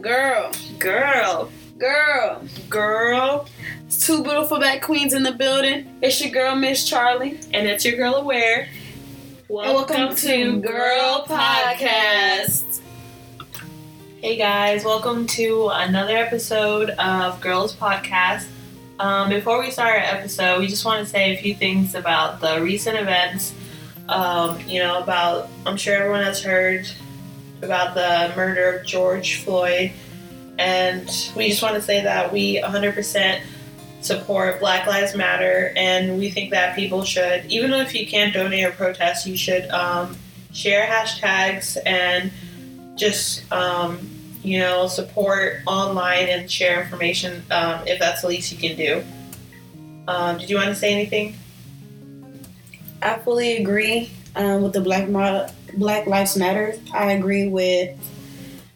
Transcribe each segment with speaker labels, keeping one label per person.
Speaker 1: Girl.
Speaker 2: Girl.
Speaker 1: Girl.
Speaker 2: Girl.
Speaker 1: It's two beautiful black queens in the building. It's your girl, Miss Charlie.
Speaker 2: And it's your girl aware. Welcome,
Speaker 1: Welcome
Speaker 2: to,
Speaker 1: to
Speaker 2: Girl
Speaker 1: Girl
Speaker 2: Podcast. Hey guys, welcome to another episode of Girls Podcast. Um, before we start our episode, we just want to say a few things about the recent events. Um, you know, about, I'm sure everyone has heard about the murder of George Floyd. And we just want to say that we 100% support Black Lives Matter, and we think that people should, even if you can't donate or protest, you should um, share hashtags and just, um, you know, support online and share information um, if that's the least you can do. Um, did you want to say anything?
Speaker 3: I fully agree um, with the Black Mo- Black Lives Matter. I agree with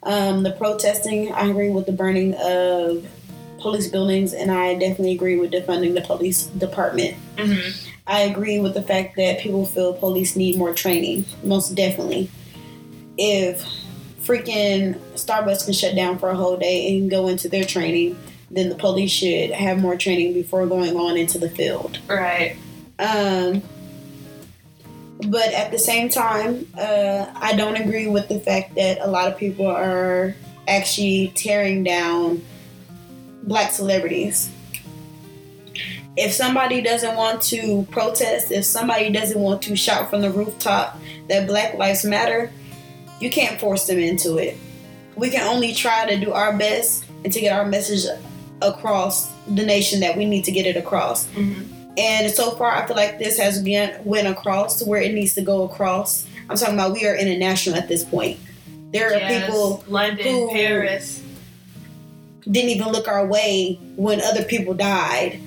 Speaker 3: um, the protesting. I agree with the burning of police buildings, and I definitely agree with defunding the police department.
Speaker 2: Mm-hmm.
Speaker 3: I agree with the fact that people feel police need more training. Most definitely, if freaking Starbucks can shut down for a whole day and go into their training, then the police should have more training before going on into the field.
Speaker 2: Right.
Speaker 3: Um, but at the same time, uh, I don't agree with the fact that a lot of people are actually tearing down black celebrities. If somebody doesn't want to protest, if somebody doesn't want to shout from the rooftop that Black Lives Matter, you can't force them into it. We can only try to do our best and to get our message across the nation that we need to get it across.
Speaker 2: Mm-hmm.
Speaker 3: And so far, I feel like this has been went across to where it needs to go across. I'm talking about we are international at this point. There are people
Speaker 2: London,
Speaker 3: who-
Speaker 2: Paris.
Speaker 3: didn't even look our way when other people died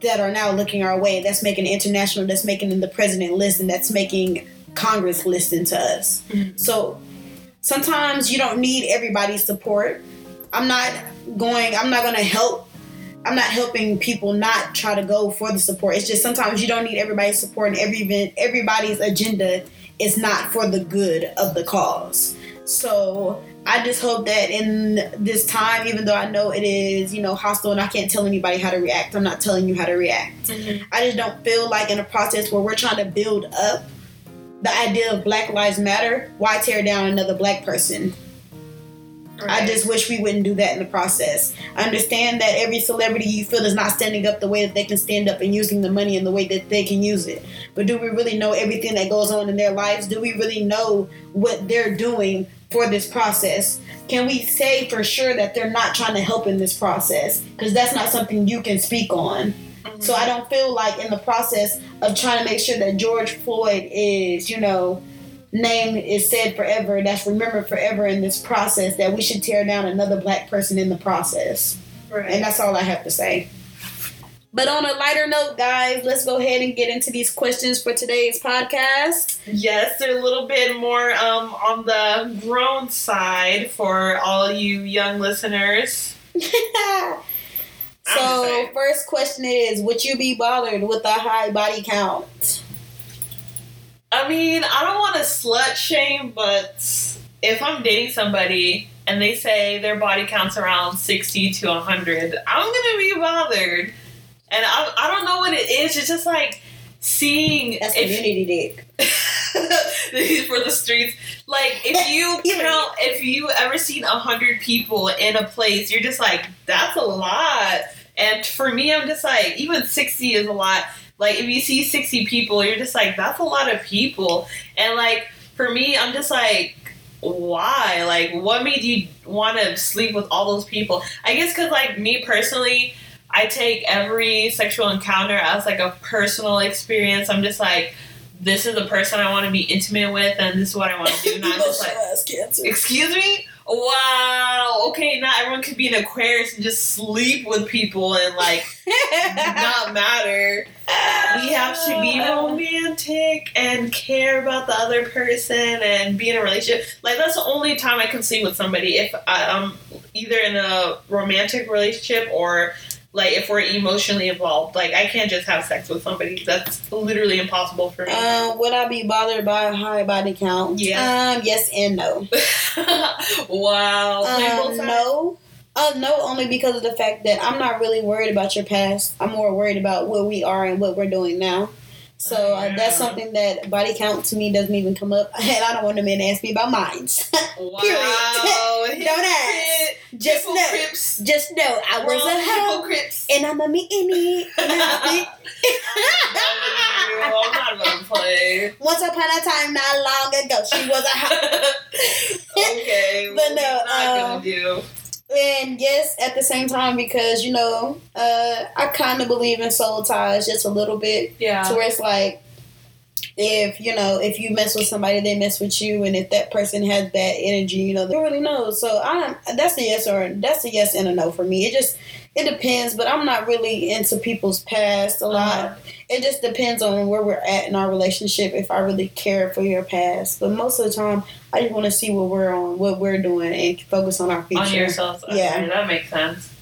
Speaker 3: that are now looking our way. That's making international. That's making the president listen. That's making Congress listen to us.
Speaker 2: Mhm.
Speaker 3: So sometimes you don't need everybody's support. I'm not going. I'm not going to help. I'm not helping people not try to go for the support. It's just sometimes you don't need everybody's support and every event, everybody's agenda is not for the good of the cause. So I just hope that in this time, even though I know it is, you know, hostile and I can't tell anybody how to react, I'm not telling you how to react.
Speaker 2: Mm-hmm.
Speaker 3: I just don't feel like in a process where we're trying to build up the idea of Black Lives Matter, why tear down another black person? I just wish we wouldn't do that in the process. I understand that every celebrity you feel is not standing up the way that they can stand up and using the money in the way that they can use it. But do we really know everything that goes on in their lives? Do we really know what they're doing for this process? Can we say for sure that they're not trying to help in this process? Because that's not something you can speak on.
Speaker 2: Mhm.
Speaker 3: So I don't feel like in the process of trying to make sure that George Floyd is, you know, name is said forever, that's remembered forever in this process, that we should tear down another black person in the process.
Speaker 2: Right.
Speaker 3: And that's all I have to say. But on a lighter note, guys, let's go ahead and get into these questions for today's podcast.
Speaker 2: Yes, they're a little bit more um, on the grown side for all you young listeners. I'm
Speaker 3: so,
Speaker 2: excited.
Speaker 3: first question is Would you be bothered with a high body count?
Speaker 2: I mean, I don't want to slut shame, but if I'm dating somebody and they say their body counts around 60 to 100, I'm going to be bothered. And I, I don't know what it is. It's just like seeing.
Speaker 3: That's
Speaker 2: if-
Speaker 3: community dick.
Speaker 2: These for the streets. Like if you
Speaker 3: Even-
Speaker 2: count, if you ever seen a hundred people in a place, you're just like, that's a lot. And for me, I'm just like, even sixty is a lot. Like if you see sixty people, you're just like, that's a lot of people. And like for me, I'm just like, why? Like, what made you want to sleep with all those people? I guess because like me personally. I take every sexual encounter as like a personal experience. I'm just like, this is the person I want to be intimate with, and this is what I want to do. Not just like,
Speaker 3: Emotional ass cancer.
Speaker 2: excuse me, wow, okay, not everyone could be an Aquarius and just sleep with people and like not matter. We have to be romantic and care about the other person and be in a relationship. Like that's the only time I can sleep with somebody if I, I'm either in a romantic relationship or like if we're emotionally involved. Like I can't just have sex with somebody. That's literally impossible for me.
Speaker 3: Uh, would I be bothered by a high body count?
Speaker 2: Yeah.
Speaker 3: Um, yes and no.
Speaker 2: wow. Play both
Speaker 3: Um,
Speaker 2: sides.
Speaker 3: no. Uh, no, only because of the fact that I'm not really worried about your past. I'm more worried about what we are and what we're doing now. So uh, that's
Speaker 2: Yeah.
Speaker 3: something that body count to me doesn't even come up, and I don't want a man to ask me about mine.
Speaker 2: Wow.
Speaker 3: Period. Don't ask. Just
Speaker 2: Triple
Speaker 3: know,
Speaker 2: Crips.
Speaker 3: just know, I was
Speaker 2: Wrong
Speaker 3: a hoe,
Speaker 2: triple Crips.
Speaker 3: and I'm a meanie. and I'm a big-
Speaker 2: I'm not gonna play.
Speaker 3: Once upon a time, not long ago, she was a hoe.
Speaker 2: okay.
Speaker 3: But
Speaker 2: what
Speaker 3: no,
Speaker 2: we're not
Speaker 3: um,
Speaker 2: gonna do.
Speaker 3: And yes, at the same time, because you know, uh, I kind of believe in soul ties just a little bit.
Speaker 2: Yeah.
Speaker 3: to where it's like if you know if you mess with somebody they mess with you and if that person has bad energy you know they really know so i'm that's a yes or that's a yes and a no for me it just it depends but i'm not really into people's past a lot
Speaker 2: Uh-huh.
Speaker 3: it just depends on where we're at in our relationship if i really care for your past but most of the time i just want to see what we're on what we're doing and focus on our future
Speaker 2: On yourself. Okay,
Speaker 3: Yeah.
Speaker 2: That makes sense.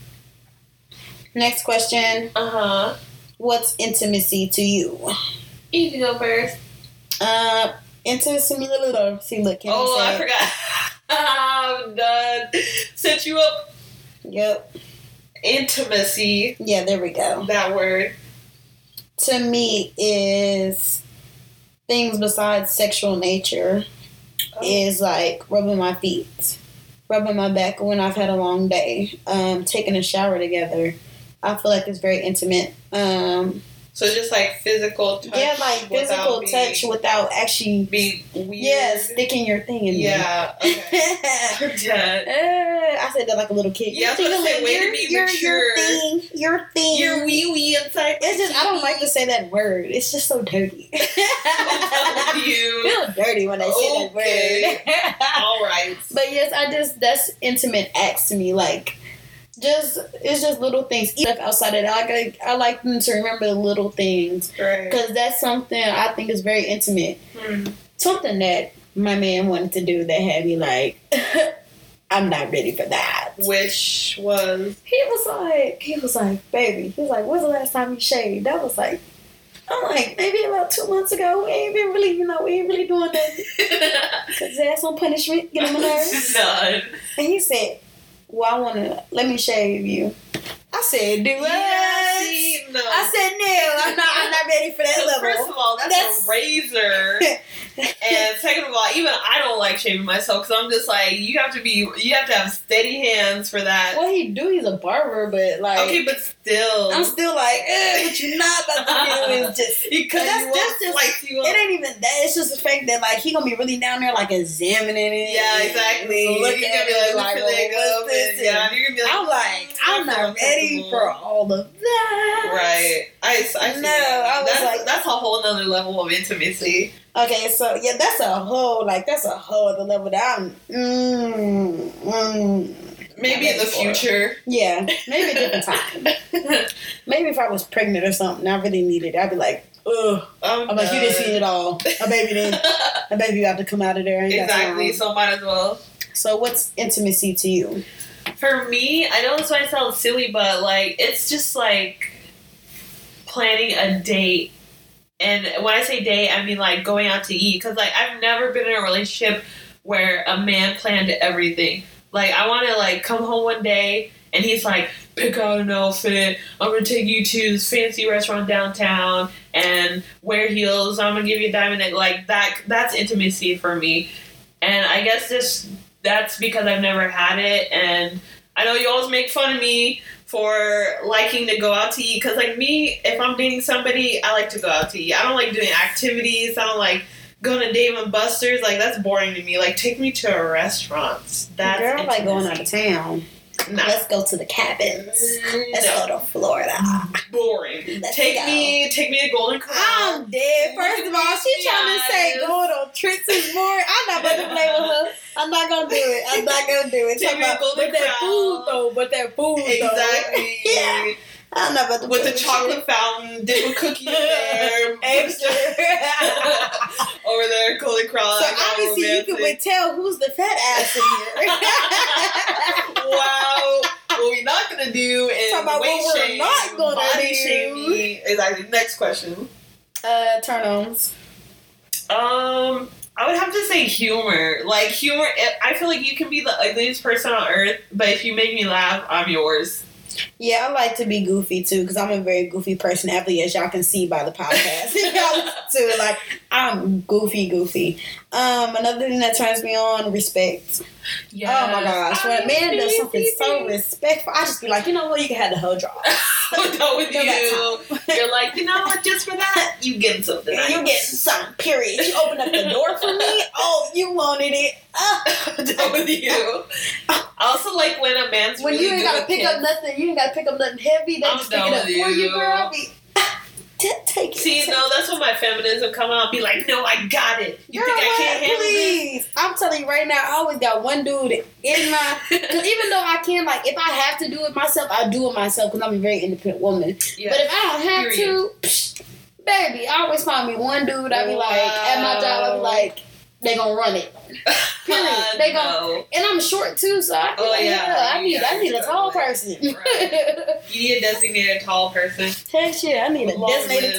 Speaker 3: next question
Speaker 2: Uh huh.
Speaker 3: what's intimacy to you
Speaker 2: You can go first.
Speaker 3: uh intimacy see look can
Speaker 2: oh,
Speaker 3: say
Speaker 2: I
Speaker 3: it?
Speaker 2: forgot. I'm done. Set you up.
Speaker 3: Yep.
Speaker 2: Intimacy.
Speaker 3: Yeah, there we go.
Speaker 2: That word.
Speaker 3: To me is things besides sexual nature is like rubbing my feet, rubbing my back when I've had a long day, um, taking a shower together. I feel like it's very intimate. Um,
Speaker 2: So just like physical touch.
Speaker 3: yeah, like
Speaker 2: without
Speaker 3: physical
Speaker 2: being,
Speaker 3: touch without actually,
Speaker 2: Be weird.
Speaker 3: yeah, sticking your thing in
Speaker 2: Yeah.
Speaker 3: me.
Speaker 2: Okay. I'm done.
Speaker 3: Uh, I said that like a little kid.
Speaker 2: Yeah, I was
Speaker 3: Your
Speaker 2: about to
Speaker 3: thing,
Speaker 2: say, way to
Speaker 3: your-
Speaker 2: be
Speaker 3: your-
Speaker 2: mature.
Speaker 3: Your thing, your thing.
Speaker 2: Your wee wee inside.
Speaker 3: It's just I don't like to say that word. It's just so dirty.
Speaker 2: I'm
Speaker 3: I
Speaker 2: done with you.
Speaker 3: feel dirty when I say
Speaker 2: Okay.
Speaker 3: that word.
Speaker 2: All right.
Speaker 3: but yes, I just that's intimate acts to me. Like just it's just little things. Even outside of that, like I, I like them to remember the little things
Speaker 2: Right.
Speaker 3: because that's something I think is very intimate.
Speaker 2: Hmm.
Speaker 3: Something that my man wanted to do that had me like, I'm not ready for that.
Speaker 2: Which was
Speaker 3: He was like, he was like, baby. He was like, when's the last time you shaved? I was like, I'm like, maybe about two months ago. We ain't been really, you know, we ain't really doing that. Cause that's on punishment. Get on my nerves.
Speaker 2: done.
Speaker 3: And he said, well, I wanna let me shave you. I said, do what?
Speaker 2: Yeah, see, no.
Speaker 3: I said, no, I'm not. I'm not ready for that
Speaker 2: So
Speaker 3: level.
Speaker 2: First of all, that's,
Speaker 3: That's-
Speaker 2: a razor. and second of all, even I don't like shaving myself because I'm just like, you have to be, you have to have steady hands for that.
Speaker 3: What he do? He's a barber, but like,
Speaker 2: Okay, but still,
Speaker 3: I'm still like, eh, what you not about to do is just
Speaker 2: because
Speaker 3: that's-
Speaker 2: you
Speaker 3: that's just-
Speaker 2: like you.
Speaker 3: It
Speaker 2: Up.
Speaker 3: ain't even that. It's just the fact that like he gonna be really down there like examining it.
Speaker 2: Yeah,
Speaker 3: and
Speaker 2: exactly. You're
Speaker 3: Look
Speaker 2: gonna
Speaker 3: at
Speaker 2: be
Speaker 3: it,
Speaker 2: like,
Speaker 3: like,
Speaker 2: look at
Speaker 3: well,
Speaker 2: that
Speaker 3: what's
Speaker 2: go,
Speaker 3: this?
Speaker 2: and yeah, you're gonna be like,
Speaker 3: I'm like, I'm
Speaker 2: I feel
Speaker 3: not ready
Speaker 2: uncomfortable.
Speaker 3: for all of that.
Speaker 2: Right. I, I see
Speaker 3: No,
Speaker 2: that.
Speaker 3: I was
Speaker 2: that's,
Speaker 3: like-
Speaker 2: that's a whole nother level of intimacy.
Speaker 3: Okay, so yeah, that's a whole like that's a whole other level that I'm. Mm, mm.
Speaker 2: Maybe in the
Speaker 3: ready for it.
Speaker 2: future.
Speaker 3: Yeah, maybe a different time. Maybe if I was pregnant or something, I really needed. it. I'd be like, ugh.
Speaker 2: I'm,
Speaker 3: I'm like, you didn't see it all. A baby didn't. A baby about to come out of there. Ain't got
Speaker 2: exactly.
Speaker 3: time.
Speaker 2: So might as well.
Speaker 3: So what's intimacy to you?
Speaker 2: For me, I know this might sound silly, but like it's just like planning a date. And when I say date, I mean like going out to eat. Cause like I've never been in a relationship where a man planned everything. Like I want to like come home one day and he's like, pick out an outfit. I'm gonna take you to this fancy restaurant downtown and wear heels. I'm gonna give you a diamond necklace. Like that. That's intimacy for me. And I guess this that's because I've never had it, and I know you always make fun of me for liking to go out to eat. Cause like me, if I'm dating somebody, I like to go out to eat. I don't like doing activities. I don't like going to Dave and Buster's. Like that's boring to me. Like take me to a restaurant. That's
Speaker 3: Girl, I like going out
Speaker 2: intimacy.
Speaker 3: of town.
Speaker 2: Nah.
Speaker 3: Let's go to the cabins. Let's
Speaker 2: No,
Speaker 3: go to Florida.
Speaker 2: boring.
Speaker 3: Let's
Speaker 2: take
Speaker 3: go. Ah,
Speaker 2: me, take me to Golden Corral.
Speaker 3: I'm dead. First of all, she trying to say going on trips is boring. I'm not about to play with her. I'm not gonna do it. I'm not gonna do it.
Speaker 2: Take
Speaker 3: Talking
Speaker 2: me to
Speaker 3: about,
Speaker 2: Golden
Speaker 3: but that
Speaker 2: Corral.
Speaker 3: food though, but that food though.
Speaker 2: Exactly.
Speaker 3: Yeah. I'm not about to
Speaker 2: With
Speaker 3: play
Speaker 2: the chocolate fountain, dip a cookie in there,
Speaker 3: Extra.
Speaker 2: over there, Golden Corral.
Speaker 3: So obviously you can
Speaker 2: romantic.
Speaker 3: would tell who's the fat ass in here.
Speaker 2: wow. What we're not gonna do is
Speaker 3: Talking about
Speaker 2: weight
Speaker 3: what we're
Speaker 2: shame,
Speaker 3: not gonna
Speaker 2: body
Speaker 3: do.
Speaker 2: shaming. Exactly. Next question.
Speaker 3: Uh, turn ons.
Speaker 2: Um, I would have to say humor. Like humor, I- I feel like you can be the ugliest person on earth, but if you make me laugh, I'm yours.
Speaker 3: Yeah, I like to be goofy too because I'm a very goofy personality, as y'all can see by the podcast. y'all too, like I'm goofy, goofy. Um, another thing that turns me on, respect. Oh my gosh, when a man does something so respectful, I just be like, you know what, you can have the whole draw.
Speaker 2: I'm done with
Speaker 3: No, that's
Speaker 2: you. You're like, you know what? Just for that, you get something.
Speaker 3: You get some period. You open up the door for me. Oh, you wanted it. Ah.
Speaker 2: I'm done with you. I also like when a man's
Speaker 3: when
Speaker 2: really
Speaker 3: you ain't
Speaker 2: good
Speaker 3: gotta
Speaker 2: with
Speaker 3: pick
Speaker 2: kids.
Speaker 3: up nothing, you ain't gotta pick up nothing heavy. They
Speaker 2: I'm
Speaker 3: just pick
Speaker 2: done
Speaker 3: it up
Speaker 2: with
Speaker 3: for you,
Speaker 2: you.
Speaker 3: girl. I be, T- take it.
Speaker 2: See,
Speaker 3: take
Speaker 2: no, that's when my feminism come out. Be like, no, I got it. You
Speaker 3: Girl,
Speaker 2: think I
Speaker 3: what?
Speaker 2: can't handle this?
Speaker 3: please. I'm telling you right now, I always got one dude in my. Because even though I can, like, if I have to do it myself, I do it myself because I'm a very independent woman.
Speaker 2: Yeah.
Speaker 3: But if I don't have
Speaker 2: Period.
Speaker 3: to, psh, baby, I always find me one dude. I be like, at my job, I
Speaker 2: Wow.
Speaker 3: be like, they gonna run it. period.
Speaker 2: Uh,
Speaker 3: They gon-
Speaker 2: no.
Speaker 3: And I'm short too, so I be
Speaker 2: Oh,
Speaker 3: like,
Speaker 2: yeah,
Speaker 3: yeah, I
Speaker 2: you
Speaker 3: need, I
Speaker 2: gotta
Speaker 3: need a
Speaker 2: do
Speaker 3: tall
Speaker 2: it.
Speaker 3: person.
Speaker 2: Right. You need a designated tall person.
Speaker 3: Heck shit, I need a
Speaker 2: Long
Speaker 3: designated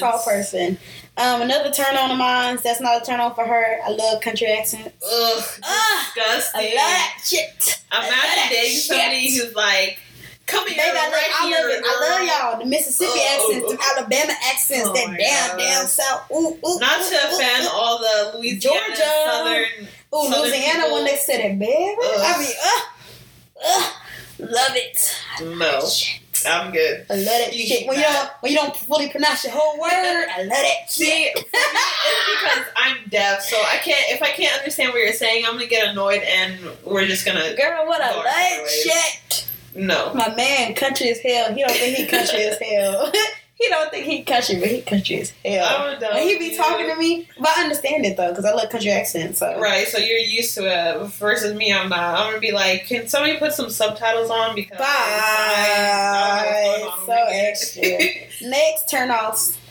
Speaker 2: lives.
Speaker 3: tall person. Um, another turn on of mine. That's not a turn on for her. I love country accent.
Speaker 2: Ugh,
Speaker 3: Ah, I love
Speaker 2: disgusting.
Speaker 3: that shit.
Speaker 2: Imagine dating somebody who's like, come
Speaker 3: Baby,
Speaker 2: here,
Speaker 3: I love,
Speaker 2: right
Speaker 3: I
Speaker 2: here,
Speaker 3: love it. I love y'all. The Mississippi
Speaker 2: Oh.
Speaker 3: accents, the Alabama accents,
Speaker 2: Oh
Speaker 3: that
Speaker 2: my
Speaker 3: down,
Speaker 2: God.
Speaker 3: down south. Ooh, ooh.
Speaker 2: Not
Speaker 3: ooh,
Speaker 2: to
Speaker 3: ooh,
Speaker 2: offend
Speaker 3: ooh.
Speaker 2: all the Louisiana,
Speaker 3: Georgia.
Speaker 2: Southern.
Speaker 3: Ooh,
Speaker 2: Southern
Speaker 3: Louisiana
Speaker 2: people.
Speaker 3: when they said it, baby. I
Speaker 2: Ugh.
Speaker 3: mean, uh, uh, love it.
Speaker 2: No,
Speaker 3: Shit.
Speaker 2: I'm good.
Speaker 3: I love that
Speaker 2: You
Speaker 3: shit.
Speaker 2: keep
Speaker 3: When you
Speaker 2: that.
Speaker 3: don't, when you don't fully pronounce your whole word, I love that shit.
Speaker 2: See, for me, it's because I'm deaf, so I can't. If I can't understand what you're saying, I'm gonna get annoyed, and we're just gonna
Speaker 3: Girl, what a
Speaker 2: Dark
Speaker 3: love
Speaker 2: ways.
Speaker 3: shit.
Speaker 2: no.
Speaker 3: My man, country as hell. He don't think he country as hell. he don't think he country, but he country as hell.
Speaker 2: I'm done
Speaker 3: When he
Speaker 2: with
Speaker 3: be
Speaker 2: you.
Speaker 3: talking to me, but I understand it though, cause I love country accent. So
Speaker 2: Right, so you're used to it versus me. I'm not. I'm gonna be like, can somebody put some subtitles on because
Speaker 3: Bye.
Speaker 2: I don't know what's
Speaker 3: So
Speaker 2: going on over here.
Speaker 3: extra. next turn offs.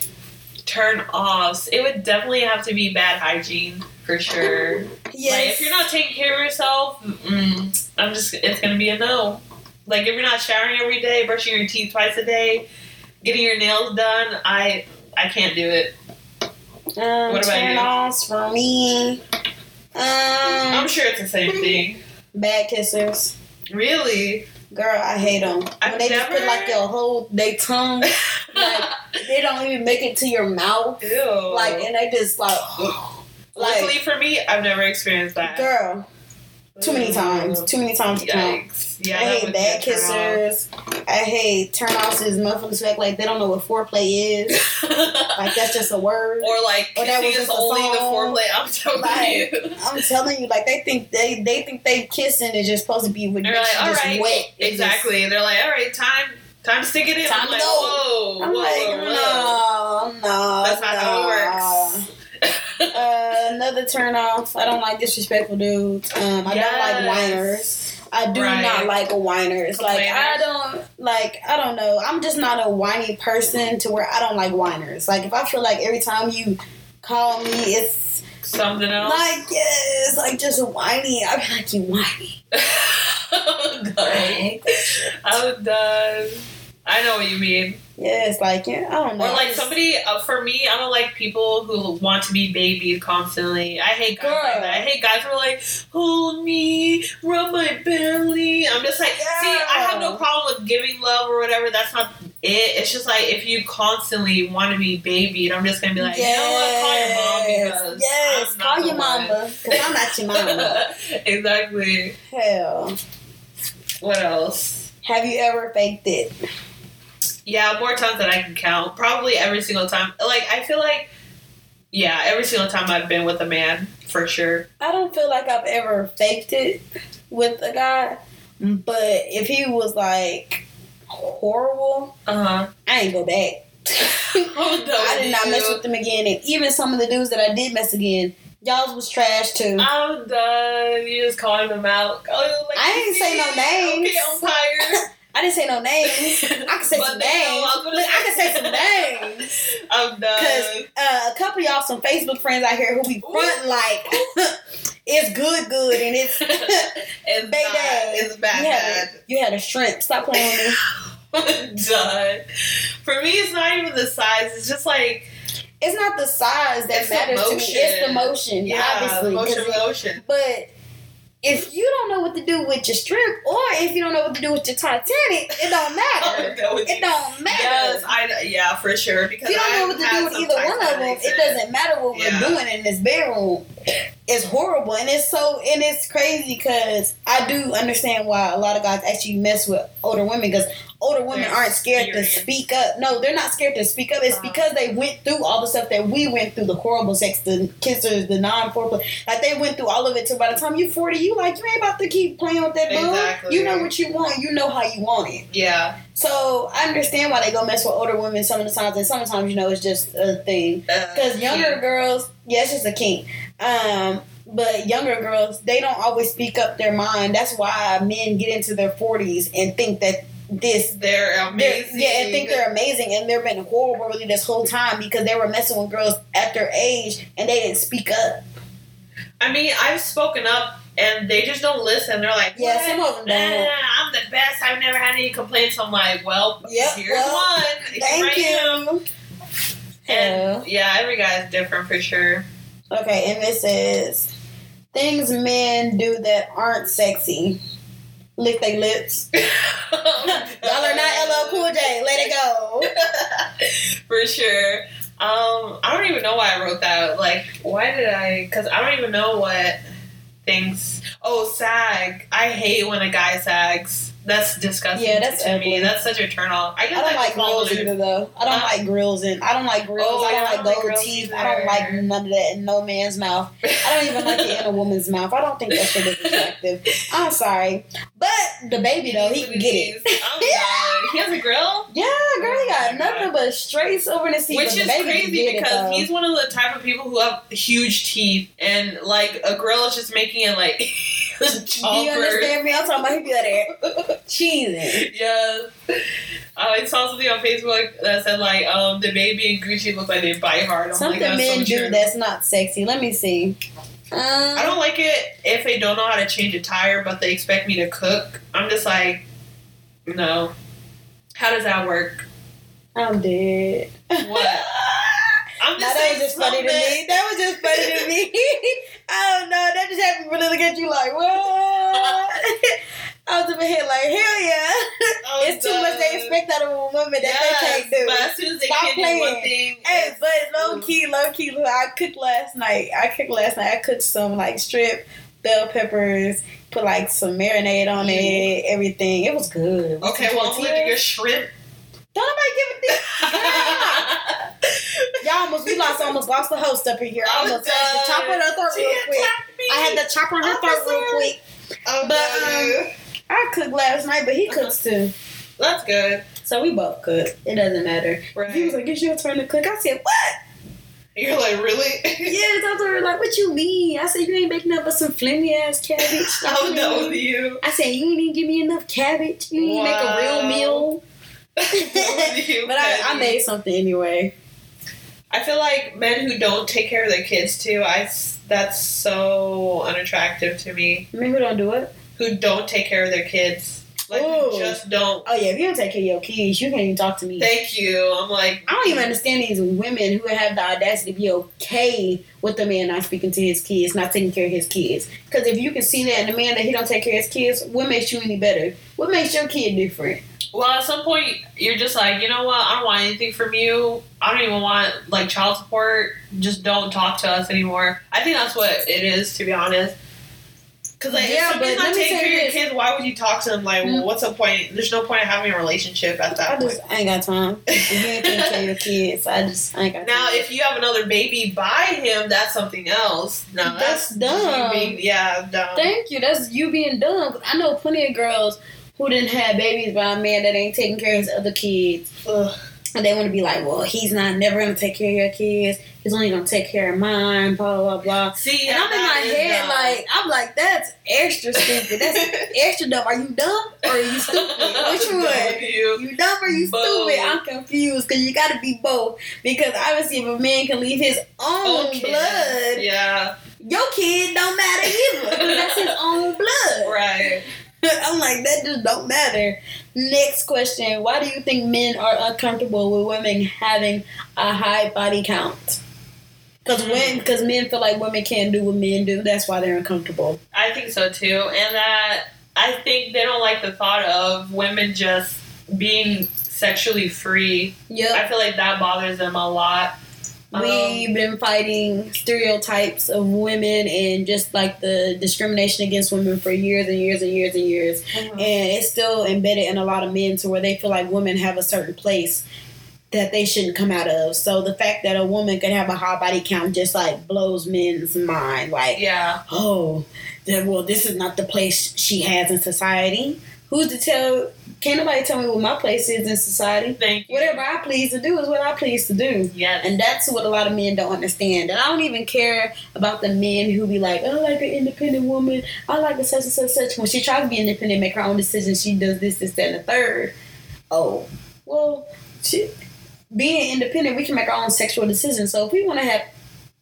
Speaker 2: Turn offs. It would definitely have to be bad hygiene for sure.
Speaker 3: Yes.
Speaker 2: Like if you're not taking care of yourself, mm, I'm just. It's gonna be a no. Like if you're not showering every day, brushing your teeth twice a day, getting your nails done, I I can't do it.
Speaker 3: um,
Speaker 2: What about
Speaker 3: turn
Speaker 2: you?
Speaker 3: offs for me. Um,
Speaker 2: I'm sure it's the same thing.
Speaker 3: bad kissers.
Speaker 2: Really?
Speaker 3: Girl, I hate them.
Speaker 2: I've
Speaker 3: when they just put
Speaker 2: never-
Speaker 3: like your whole they tongue, like they don't even make it to your mouth,
Speaker 2: Ew.
Speaker 3: like and they just like
Speaker 2: Oh,
Speaker 3: uh, like
Speaker 2: Luckily for me, I've never experienced that.
Speaker 3: girl. Too many times. Too many times to count.
Speaker 2: Yikes. Yeah,
Speaker 3: I
Speaker 2: that
Speaker 3: hate
Speaker 2: would
Speaker 3: bad
Speaker 2: be a turn
Speaker 3: kissers. I hate turn offs is motherfuckers who act like they don't know what foreplay is.
Speaker 2: off.
Speaker 3: like that's just a word.
Speaker 2: or like
Speaker 3: Or that
Speaker 2: kissing is
Speaker 3: was just a
Speaker 2: only the
Speaker 3: song.
Speaker 2: foreplay. I'm telling
Speaker 3: Like,
Speaker 2: you.
Speaker 3: I'm telling you, like they think they they think they kissing is just supposed to be with
Speaker 2: They're
Speaker 3: bitches
Speaker 2: like, all
Speaker 3: just
Speaker 2: right,
Speaker 3: wet. It's just-
Speaker 2: Exactly. They're like, all right, time, time to stick it in.
Speaker 3: Time
Speaker 2: I'm
Speaker 3: to
Speaker 2: like,
Speaker 3: go.
Speaker 2: whoa,
Speaker 3: I'm
Speaker 2: whoa,
Speaker 3: like,
Speaker 2: whoa.
Speaker 3: no, no,
Speaker 2: That's not how it
Speaker 3: no."
Speaker 2: works.
Speaker 3: Uh, another turn off. I don't like disrespectful dudes. Um, I don't like whiners. I do
Speaker 2: Right.
Speaker 3: not like whiners. Like I
Speaker 2: Complainers.
Speaker 3: don't like I don't know. I'm just not a whiny person to where I don't like whiners. Like if I feel like every time you call me, it's
Speaker 2: Something else.
Speaker 3: like yes, like just whiny. I'm like you whiny.
Speaker 2: I'm done.
Speaker 3: Like,
Speaker 2: I'm done. I know what you mean.
Speaker 3: yes, like yeah, I don't know.
Speaker 2: Or like
Speaker 3: Just-
Speaker 2: somebody uh, for me, I don't like people who want to be babied constantly. I hate guys like
Speaker 3: Girl.
Speaker 2: that. I hate guys who are like, hold me, rub my belly. I'm just like, see, I have no
Speaker 3: Yeah.
Speaker 2: problem with giving love or whatever. That's not it. It's just like if you constantly want to be babied, I'm just gonna be like, you know what, call your mom because
Speaker 3: yes,
Speaker 2: I'm not
Speaker 3: call
Speaker 2: the
Speaker 3: your
Speaker 2: one."
Speaker 3: mama because I'm not your mama.
Speaker 2: exactly.
Speaker 3: Hell,
Speaker 2: What else?
Speaker 3: have you ever faked it?
Speaker 2: Yeah, more times than I can count. Probably every single time. Like I feel like, yeah, every single time I've been with a man for sure.
Speaker 3: I don't feel like I've ever faked it with a guy, but if he was like horrible,
Speaker 2: Uh
Speaker 3: I ain't go back.
Speaker 2: huh.
Speaker 3: I did not mess with them again, and even some of the dudes that I did mess again, y'all's was trash too.
Speaker 2: I'm done. You just calling them out. Oh, like,
Speaker 3: I ain't say no names.
Speaker 2: Okay, I'm tired.
Speaker 3: I didn't say no names. I can say
Speaker 2: But
Speaker 3: some
Speaker 2: they know
Speaker 3: names.
Speaker 2: I was gonna
Speaker 3: Look, I can say some names.
Speaker 2: I'm done.
Speaker 3: Cause uh, a couple of y'all, some Facebook friends out here who we front like it's good, good, and it's
Speaker 2: it's
Speaker 3: baby,
Speaker 2: bad. It's bad.
Speaker 3: You had, a, you had a shrimp. Stop playing with me.
Speaker 2: Done. For me, it's not even the size. It's just like
Speaker 3: It's not the size that
Speaker 2: It's the
Speaker 3: matters to me. It's the
Speaker 2: motion.
Speaker 3: motion,
Speaker 2: yeah,
Speaker 3: obviously. 'cause
Speaker 2: motion,
Speaker 3: it-
Speaker 2: motion.
Speaker 3: But if you don't know what to do with your strip, or if you don't know what to do with your Titanic, it don't matter.
Speaker 2: That would
Speaker 3: it don't matter.
Speaker 2: Oh, Yes, I yeah for sure because
Speaker 3: If you don't know
Speaker 2: I've
Speaker 3: what to
Speaker 2: had
Speaker 3: do with
Speaker 2: some
Speaker 3: either one of them,
Speaker 2: Titanics
Speaker 3: it
Speaker 2: and-
Speaker 3: doesn't matter what
Speaker 2: Yeah.
Speaker 3: we're doing in this bedroom. It's horrible, and it's so and it's crazy because I do understand why a lot of guys actually mess with older women because older women
Speaker 2: They're
Speaker 3: aren't scared
Speaker 2: serious.
Speaker 3: to speak up. No, they're not scared to speak up. It's
Speaker 2: Uh-huh.
Speaker 3: because they went through all the stuff that we went through—the horrible sex, the kissers, the non-foreplay. Like they went through all of it. So by the time you're forty, you like you ain't about to keep playing with that boo.
Speaker 2: Exactly.
Speaker 3: You know what you want. You know how you want it.
Speaker 2: Yeah,
Speaker 3: So I understand why they go mess with older women some of the times, and sometimes you know it's just a thing.
Speaker 2: uh,
Speaker 3: Because younger girls, yeah, it's just a kink. Um, but younger girls, they don't always speak up their mind. That's why men get into their forties and think that this.
Speaker 2: they're
Speaker 3: They're,
Speaker 2: amazing.
Speaker 3: yeah, and think they're amazing, and they've been horrible really this whole time because they were messing with girls at their age and they didn't speak up.
Speaker 2: I mean, I've spoken up and they just don't listen. They're like,
Speaker 3: Yeah,
Speaker 2: "What?
Speaker 3: some of them
Speaker 2: Nah,
Speaker 3: don't.
Speaker 2: I'm the best. I've never had any complaints. I'm like, well,
Speaker 3: Yep,
Speaker 2: here's
Speaker 3: well,
Speaker 2: one.
Speaker 3: Thank
Speaker 2: Here I am."
Speaker 3: you. Yeah.
Speaker 2: And yeah, every guy is different for sure.
Speaker 3: Okay, and this is things men do that aren't sexy. Lick their lips.
Speaker 2: Y'all
Speaker 3: Y'all are not LL Cool J. Let it go.
Speaker 2: for sure. Um, I don't even know why I wrote that. Like, why did I? Because I don't even know what things. Oh, sag. I hate when a guy sags. That's disgusting.
Speaker 3: Yeah, that's
Speaker 2: to me.
Speaker 3: ugly.
Speaker 2: That's such a turn off. I
Speaker 3: I
Speaker 2: guess
Speaker 3: don't
Speaker 2: that's
Speaker 3: like grills
Speaker 2: older.
Speaker 3: either though. I don't
Speaker 2: Huh?
Speaker 3: like grills and I don't like grills.
Speaker 2: Oh,
Speaker 3: I
Speaker 2: yeah,
Speaker 3: don't
Speaker 2: I
Speaker 3: like
Speaker 2: don't like
Speaker 3: gold
Speaker 2: grills
Speaker 3: teeth. I don't like
Speaker 2: either.
Speaker 3: none of that in no man's mouth. I don't even like it in a woman's mouth. I don't think that shit is attractive. I'm sorry, but the baby though he can get it.
Speaker 2: I'm done. He has a grill,
Speaker 3: Yeah, girl, he got nothing but straight silver in his teeth.
Speaker 2: which
Speaker 3: but
Speaker 2: is
Speaker 3: the baby can
Speaker 2: crazy
Speaker 3: get it,
Speaker 2: because
Speaker 3: though.
Speaker 2: he's one of the type of people who have huge teeth, and like a grill is just making it like.
Speaker 3: Do you understand me? I'm talking about he be like that cheesing.
Speaker 2: Yes. Uh, I saw something on Facebook that said like um the baby and Gucci look like they bite hard. I'm
Speaker 3: Something
Speaker 2: like, that's
Speaker 3: men
Speaker 2: so
Speaker 3: do
Speaker 2: true.
Speaker 3: that's not sexy. Let me see. Um,
Speaker 2: I don't like it if they don't know how to change a tire, but they expect me to cook. I'm just like, no. How does that work?
Speaker 3: I'm dead.
Speaker 2: What? I'm
Speaker 3: Now,
Speaker 2: just
Speaker 3: that
Speaker 2: saying
Speaker 3: was just funny to
Speaker 2: something.
Speaker 3: me. That was just funny to me. I don't know. That just happened to look at you like, what? I was in my head like, hell yeah.
Speaker 2: Oh,
Speaker 3: it's too much they
Speaker 2: no.
Speaker 3: expect out of a woman that
Speaker 2: Yes,
Speaker 3: they
Speaker 2: But
Speaker 3: can't
Speaker 2: as soon as they
Speaker 3: Stop
Speaker 2: can do one
Speaker 3: playing.
Speaker 2: thing,
Speaker 3: do. Hey, but low key, low key, look, I cooked last night. I cooked last night. I cooked some like strip, bell peppers, put like some marinade on it, everything. It was good. It was
Speaker 2: okay,
Speaker 3: some
Speaker 2: well I'm leaving your
Speaker 3: tortillas.
Speaker 2: shrimp.
Speaker 3: Don't nobody give a damn. Y'all almost, we lost, almost lost the host up in here. I
Speaker 2: I'm
Speaker 3: almost had to chop her in her throat
Speaker 2: She
Speaker 3: real quick.
Speaker 2: attacked me.
Speaker 3: I had to chop her in her throat real
Speaker 2: Officer.
Speaker 3: quick.
Speaker 2: Oh,
Speaker 3: but, um,
Speaker 2: no.
Speaker 3: I cooked last night, but he
Speaker 2: Uh-huh.
Speaker 3: cooks too.
Speaker 2: that's good.
Speaker 3: So we both cook. It doesn't matter. He
Speaker 2: Right.
Speaker 3: was like, it's your turn to cook. I said, what?
Speaker 2: You're like, really?
Speaker 3: Yeah, it's our turn. Like, what you mean? I said, you ain't making up but some flimmy ass cabbage.
Speaker 2: I'm done with you.
Speaker 3: I said, you ain't even give me enough cabbage. You ain't make a real
Speaker 2: Wow.
Speaker 3: meal.
Speaker 2: I'm done with you,
Speaker 3: But I, I
Speaker 2: Patty.
Speaker 3: made something anyway.
Speaker 2: I feel like men who don't take care of their kids too. I s- that's so unattractive to me.
Speaker 3: Maybe we don't do it.
Speaker 2: Who don't take care of their kids? Like who
Speaker 3: Ooh.
Speaker 2: just don't.
Speaker 3: Oh, yeah, if you don't take care of your kids, you can't even talk to me.
Speaker 2: Thank you. I'm like
Speaker 3: I don't even understand these women who have the audacity to be okay with the man not speaking to his kids, not taking care of his kids. Because if you can see that in a man that he don't take care of his kids, what makes you any better? What makes your kid different?
Speaker 2: Well, at some point you're just like, you know what? I don't want anything from you. I don't even want like child support. Just don't talk to us anymore. I think that's what it is, to be honest. Because like,
Speaker 3: Yeah,
Speaker 2: if somebody's
Speaker 3: but
Speaker 2: not
Speaker 3: let me
Speaker 2: taking
Speaker 3: say
Speaker 2: care of your
Speaker 3: this.
Speaker 2: kids, why would you talk to them? Like,
Speaker 3: Mm.
Speaker 2: what's the point? There's no point in having a relationship at
Speaker 3: I
Speaker 2: that point.
Speaker 3: just I ain't got time. If you ain't taking care of your kids, I just I ain't got
Speaker 2: Now,
Speaker 3: time.
Speaker 2: if you have another baby by him, that's something else. No,
Speaker 3: That's
Speaker 2: that's,
Speaker 3: dumb.
Speaker 2: you being- yeah, dumb.
Speaker 3: Thank you. That's you being dumb. 'Cause I know plenty of girls who didn't have babies by a man that ain't taking care of his other kids.
Speaker 2: Ugh.
Speaker 3: And they want to be like, well, he's not never going to take care of your kids. He's only going to take care of mine, blah, blah, blah.
Speaker 2: See,
Speaker 3: And I'm in
Speaker 2: that
Speaker 3: my
Speaker 2: is
Speaker 3: head
Speaker 2: dumb.
Speaker 3: like I'm like that's extra stupid. That's extra dumb. Are you dumb or are you stupid?
Speaker 2: I'm
Speaker 3: Which
Speaker 2: done with
Speaker 3: one?
Speaker 2: you.
Speaker 3: You dumb or you
Speaker 2: Both.
Speaker 3: stupid? I'm confused because you got to be both. Because obviously, if a man can leave his own
Speaker 2: Okay.
Speaker 3: Oh, blood,
Speaker 2: Yeah,
Speaker 3: your kid don't matter either. 'cause that's his own blood.
Speaker 2: right.
Speaker 3: I'm like, that just don't matter. Next question. Why do you think men are uncomfortable with women having a high body count? Because when, because men feel like women can't do what men do. That's why they're uncomfortable.
Speaker 2: I think so too, and that I think they don't like the thought of women just being sexually free.
Speaker 3: Yep.
Speaker 2: I feel like that bothers them a lot. Um,
Speaker 3: We've been fighting stereotypes of women and just like the discrimination against women for years and years and years and years. and it's still embedded in a lot of men to where they feel like women have a certain place that they shouldn't come out of. So the fact that a woman could have a high body count just like blows men's mind. Like,
Speaker 2: yeah,
Speaker 3: oh, then, well, this is not the place she has in society. Who's to tell? Can't nobody tell me what my place is in society.
Speaker 2: thank you.
Speaker 3: Whatever I please to do is what I please to do.
Speaker 2: Yes.
Speaker 3: And that's what a lot of men don't understand. And I don't even care about the men who be like, "Oh, I like an independent woman. I like a such and such such. When she tries to be independent, make her own decisions, she does this, this, that, and the third. Oh, well, she, being independent, we can make our own sexual decisions. So if we want to have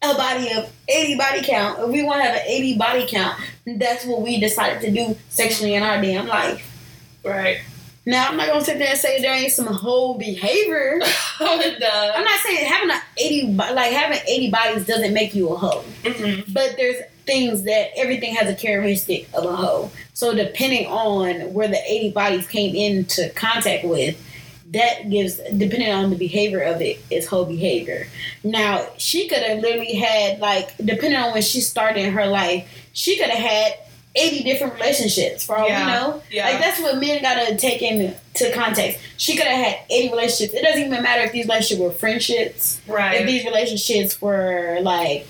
Speaker 3: a body of 80 body count, if we want to have an 80 body count, that's what we decided to do sexually in our damn life.
Speaker 2: right.
Speaker 3: Now, I'm not going to sit there and say there ain't some whole behavior.
Speaker 2: And, uh,
Speaker 3: I'm not saying having a 80 bo- like having 80 bodies doesn't make you a hoe,
Speaker 2: mhm.
Speaker 3: but there's things that everything has a characteristic of a hoe. So depending on where the 80 bodies came into contact with, that gives depending on the behavior of it is hoe behavior. Now she could have literally had like depending on when she started in her life, she could have had 80 different relationships for all
Speaker 2: Yeah.
Speaker 3: we know.
Speaker 2: Yeah.
Speaker 3: Like that's what men gotta take into context. She could have had any relationships. It doesn't even matter if these relationships were friendships,
Speaker 2: right.
Speaker 3: if these relationships were like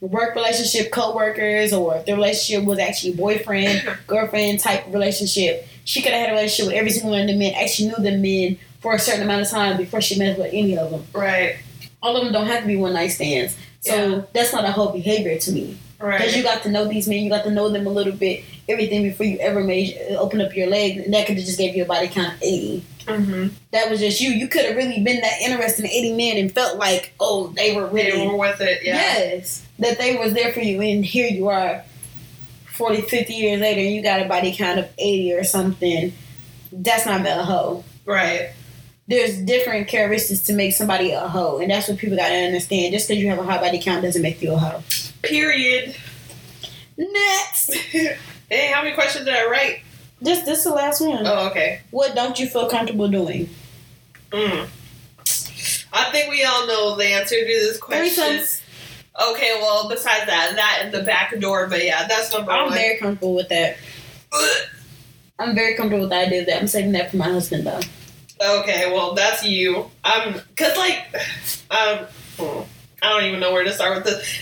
Speaker 3: work relationship, co-workers, or if the relationship was actually boyfriend, girlfriend type relationship. She could have had a relationship with every single one of the men. Actually knew the men for a certain amount of time before she met with any of them.
Speaker 2: right.
Speaker 3: All of them don't have to be one night stands. So
Speaker 2: Yeah.
Speaker 3: that's not a whole behavior to me. Because
Speaker 2: Right.
Speaker 3: you got to know these men, you got to know them a little bit, everything before you ever made open up your leg, and that could have just gave you a body count of eighty.
Speaker 2: mm-hmm.
Speaker 3: That was just you. You could have really been that interested in eighty men and felt like, oh, they were really
Speaker 2: They were with it. Yeah.
Speaker 3: yes, that they was there for you, and here you are, 40, 50 years later, and you got a body count of eighty or something. That's not a hoe.
Speaker 2: Right.
Speaker 3: There's different characteristics to make somebody a hoe, and that's what people gotta understand. Just because you have a high body count doesn't make you a hoe.
Speaker 2: Period.
Speaker 3: Next,
Speaker 2: Hey, how many questions did I write?
Speaker 3: this this the last one.
Speaker 2: Oh, okay.
Speaker 3: What don't you feel comfortable doing?
Speaker 2: Mm. I think we all know the answer to this question.
Speaker 3: Threesomes.
Speaker 2: Okay, well, besides that, that and the back door, but yeah, that's number
Speaker 3: I'm
Speaker 2: one.
Speaker 3: very comfortable with that. I'm very comfortable with the idea of that. I'm saving that for my husband though.
Speaker 2: Okay, well, that's you. Um, cause like, um, I don't even know where to start with this.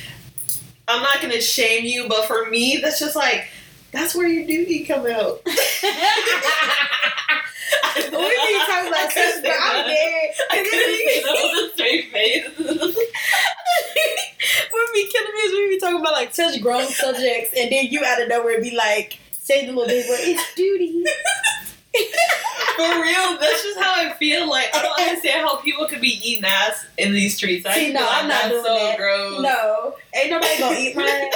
Speaker 2: I'm not gonna shame you, but for me, that's just like, that's where your duty come out.
Speaker 3: we be talking about sex, but I'm married.
Speaker 2: I couldn't even with a straight face.
Speaker 3: When we killing is we be talking about like such grown subjects, and then you out of nowhere be like, say the little baby boy, it's duty.
Speaker 2: For real, that's just how I feel. Like I don't understand how people could be eating ass in these streets. I
Speaker 3: See,
Speaker 2: feel
Speaker 3: no,
Speaker 2: like
Speaker 3: I'm not
Speaker 2: that's
Speaker 3: doing
Speaker 2: so
Speaker 3: that.
Speaker 2: gross.
Speaker 3: No, ain't nobody gonna eat my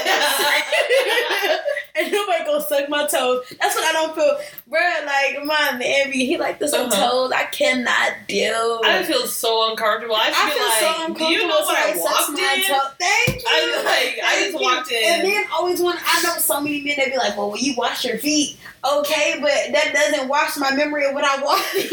Speaker 3: ass. ain't nobody gonna suck my toes. That's what I don't feel, bruh. Like my man, be- he like this on
Speaker 2: Uh-huh.
Speaker 3: toes. I cannot deal.
Speaker 2: I feel so uncomfortable. I,
Speaker 3: I
Speaker 2: feel
Speaker 3: feel
Speaker 2: like,
Speaker 3: so uncomfortable.
Speaker 2: do you know what I
Speaker 3: when somebody sucks
Speaker 2: walked
Speaker 3: my
Speaker 2: in?
Speaker 3: toe. Thank you.
Speaker 2: I was like, I
Speaker 3: Thank
Speaker 2: just
Speaker 3: you.
Speaker 2: walked in.
Speaker 3: And men always want. I know so many men that be like, "Well, when you wash your feet, okay, but that doesn't wash my memory of when I walked
Speaker 2: Thank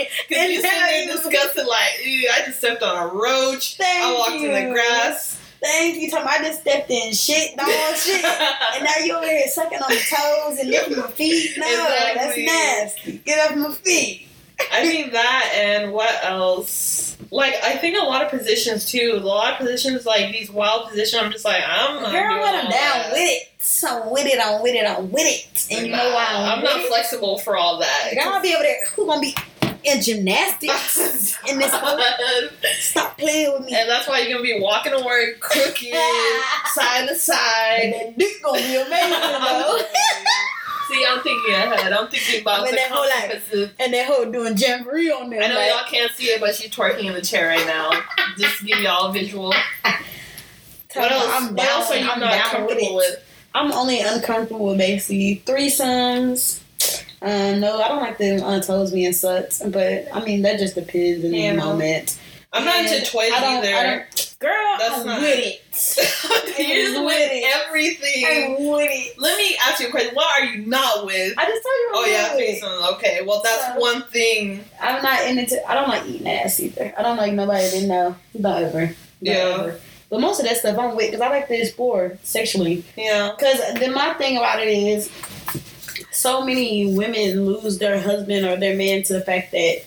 Speaker 3: in."
Speaker 2: Because
Speaker 3: And
Speaker 2: you sit
Speaker 3: now
Speaker 2: there
Speaker 3: you-
Speaker 2: discussing like, ew, I just stepped on a roach.
Speaker 3: Thank
Speaker 2: I walked
Speaker 3: you.
Speaker 2: in the grass.
Speaker 3: Thank you, Tom. I just stepped in shit, dog Oh, shit. And now you over here sucking on the toes and licking my feet. No,
Speaker 2: Exactly.
Speaker 3: that's nasty. Get off my feet.
Speaker 2: I mean that, and what else? Like, I think a lot of positions too. A lot of positions, like these wild positions, I'm just like, I'm not
Speaker 3: Girl,
Speaker 2: doing
Speaker 3: when
Speaker 2: all
Speaker 3: I'm
Speaker 2: that.
Speaker 3: down with it, I'm with it, I'm with it, I'm with it. And you know why I'm,
Speaker 2: I'm, not
Speaker 3: with it?
Speaker 2: flexible for all that.
Speaker 3: Girl, I'll be over there. Who gonna be in gymnastics? in this whole- Stop playing with me.
Speaker 2: and that's why you're gonna be walking to work crooked, side to
Speaker 3: And
Speaker 2: side.
Speaker 3: that dick gonna be amazing though.
Speaker 2: See, I'm thinking ahead. I'm thinking about
Speaker 3: But
Speaker 2: the
Speaker 3: that whole, like,
Speaker 2: consequences.
Speaker 3: and that whole doing jamboree on there.
Speaker 2: I know
Speaker 3: like,
Speaker 2: y'all can't see it, but she's twerking in the chair right now. Just to give y'all a visual.
Speaker 3: Tom,
Speaker 2: What else?
Speaker 3: I'm
Speaker 2: what else are
Speaker 3: down-
Speaker 2: you
Speaker 3: I'm
Speaker 2: not
Speaker 3: down with it.
Speaker 2: comfortable with?
Speaker 3: I'm only uncomfortable with basically threesomes. Um, no, I don't like them on toes being sucks, but I mean that just depends in
Speaker 2: Yeah.
Speaker 3: the moment.
Speaker 2: I'm not
Speaker 3: And
Speaker 2: into toys
Speaker 3: I don't,
Speaker 2: either.
Speaker 3: I don't, girl,
Speaker 2: That's
Speaker 3: I'm
Speaker 2: not-
Speaker 3: with it.
Speaker 2: You're just
Speaker 3: I'm
Speaker 2: with
Speaker 3: with it.
Speaker 2: everything.
Speaker 3: I'm with it.
Speaker 2: Let me ask you a question. What are you not with?
Speaker 3: I just told you. I'm
Speaker 2: Oh yeah,
Speaker 3: with it.
Speaker 2: threesomes. Okay, well that's
Speaker 3: So-
Speaker 2: one thing.
Speaker 3: I'm not in into. I don't like eating ass either. I don't like nobody to know. Not ever. Not
Speaker 2: Yeah.
Speaker 3: ever. But most of that stuff I'm with because I like to explore sexually.
Speaker 2: Yeah.
Speaker 3: Because then my thing about it is, so many women lose their husband or their man to the fact that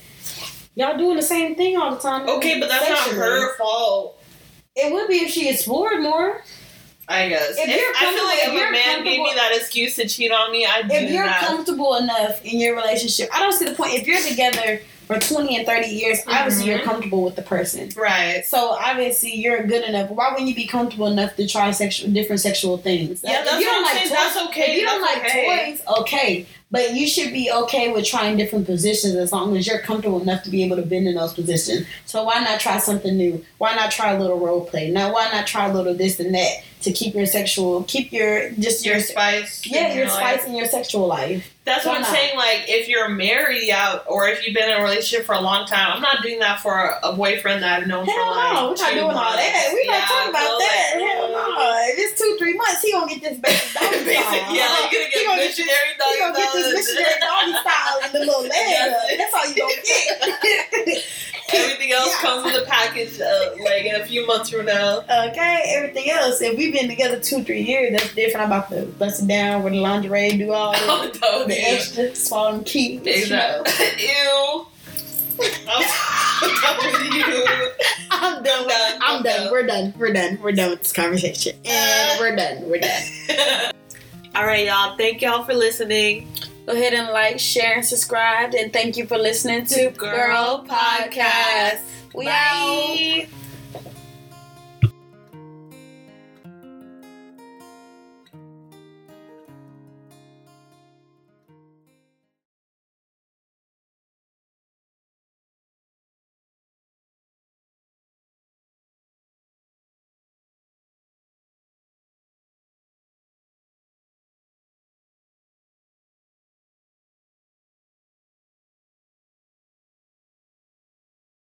Speaker 3: y'all doing the same thing all the time.
Speaker 2: Okay, but that's
Speaker 3: sexually.
Speaker 2: not her fault.
Speaker 3: It would be if she explored more.
Speaker 2: I guess.
Speaker 3: If
Speaker 2: I
Speaker 3: you're
Speaker 2: feel
Speaker 3: comfortable-
Speaker 2: like
Speaker 3: if
Speaker 2: if
Speaker 3: you're
Speaker 2: a man gave me
Speaker 3: comfortable-
Speaker 2: that excuse to cheat on me, I'd do
Speaker 3: If you're
Speaker 2: that.
Speaker 3: comfortable enough in your relationship, I don't see the point. If you're together for twenty and thirty years, obviously you're
Speaker 2: Mhm.
Speaker 3: comfortable with the person.
Speaker 2: right.
Speaker 3: So obviously you're good enough. Why wouldn't you be comfortable enough to try sexual different sexual things?
Speaker 2: Yeah,
Speaker 3: If
Speaker 2: that's
Speaker 3: you
Speaker 2: what
Speaker 3: don't
Speaker 2: I'm
Speaker 3: like
Speaker 2: saying.
Speaker 3: toys-
Speaker 2: That's okay.
Speaker 3: If you don't
Speaker 2: That's
Speaker 3: like
Speaker 2: okay.
Speaker 3: toys, okay. But you should be okay with trying different positions as long as you're comfortable enough to be able to bend in those positions. So why not try something new? Why not try a little role play? Now why not try a little this and that to keep your sexual keep your just your,
Speaker 2: Your spice.
Speaker 3: yeah,
Speaker 2: in
Speaker 3: your
Speaker 2: life.
Speaker 3: spice in your sexual life.
Speaker 2: That's what
Speaker 3: Why
Speaker 2: I'm
Speaker 3: not?
Speaker 2: saying. Like, if you're married out, or if you've been in a relationship for a long time, I'm not doing that for a, a boyfriend that I've known
Speaker 3: Hell
Speaker 2: for like
Speaker 3: no, we're not
Speaker 2: two
Speaker 3: doing all
Speaker 2: months.
Speaker 3: that. We're
Speaker 2: Yeah,
Speaker 3: not talking
Speaker 2: so,
Speaker 3: about
Speaker 2: like,
Speaker 3: that. Hell no. If it's two, three months, he gonna get this baby.
Speaker 2: Basic, yeah, like, you're gonna
Speaker 3: He
Speaker 2: get
Speaker 3: gonna get this-
Speaker 2: missionary
Speaker 3: You gonna get this missionary doggy style and the little leg up. That's all you gonna get.
Speaker 2: Everything else
Speaker 3: Yeah.
Speaker 2: comes with a package, uh, like in a few months from now.
Speaker 3: okay, everything else. If we've been together two, three years, that's different. I'm about to bust it down with the lingerie, do all the,
Speaker 2: Oh, no,
Speaker 3: the
Speaker 2: dude.
Speaker 3: extra, swallow them key.
Speaker 2: Exactly. Ew. I'm done with you.
Speaker 3: I'm done. With,
Speaker 2: Done, done.
Speaker 3: I'm done. Uh, We're done. We're done. We're done with this conversation, and we're done. We're done.
Speaker 2: All right, y'all. Thank y'all for listening.
Speaker 1: Go ahead and like, share, and subscribe. And thank you for listening to Girl Podcast. We out.
Speaker 2: Bye.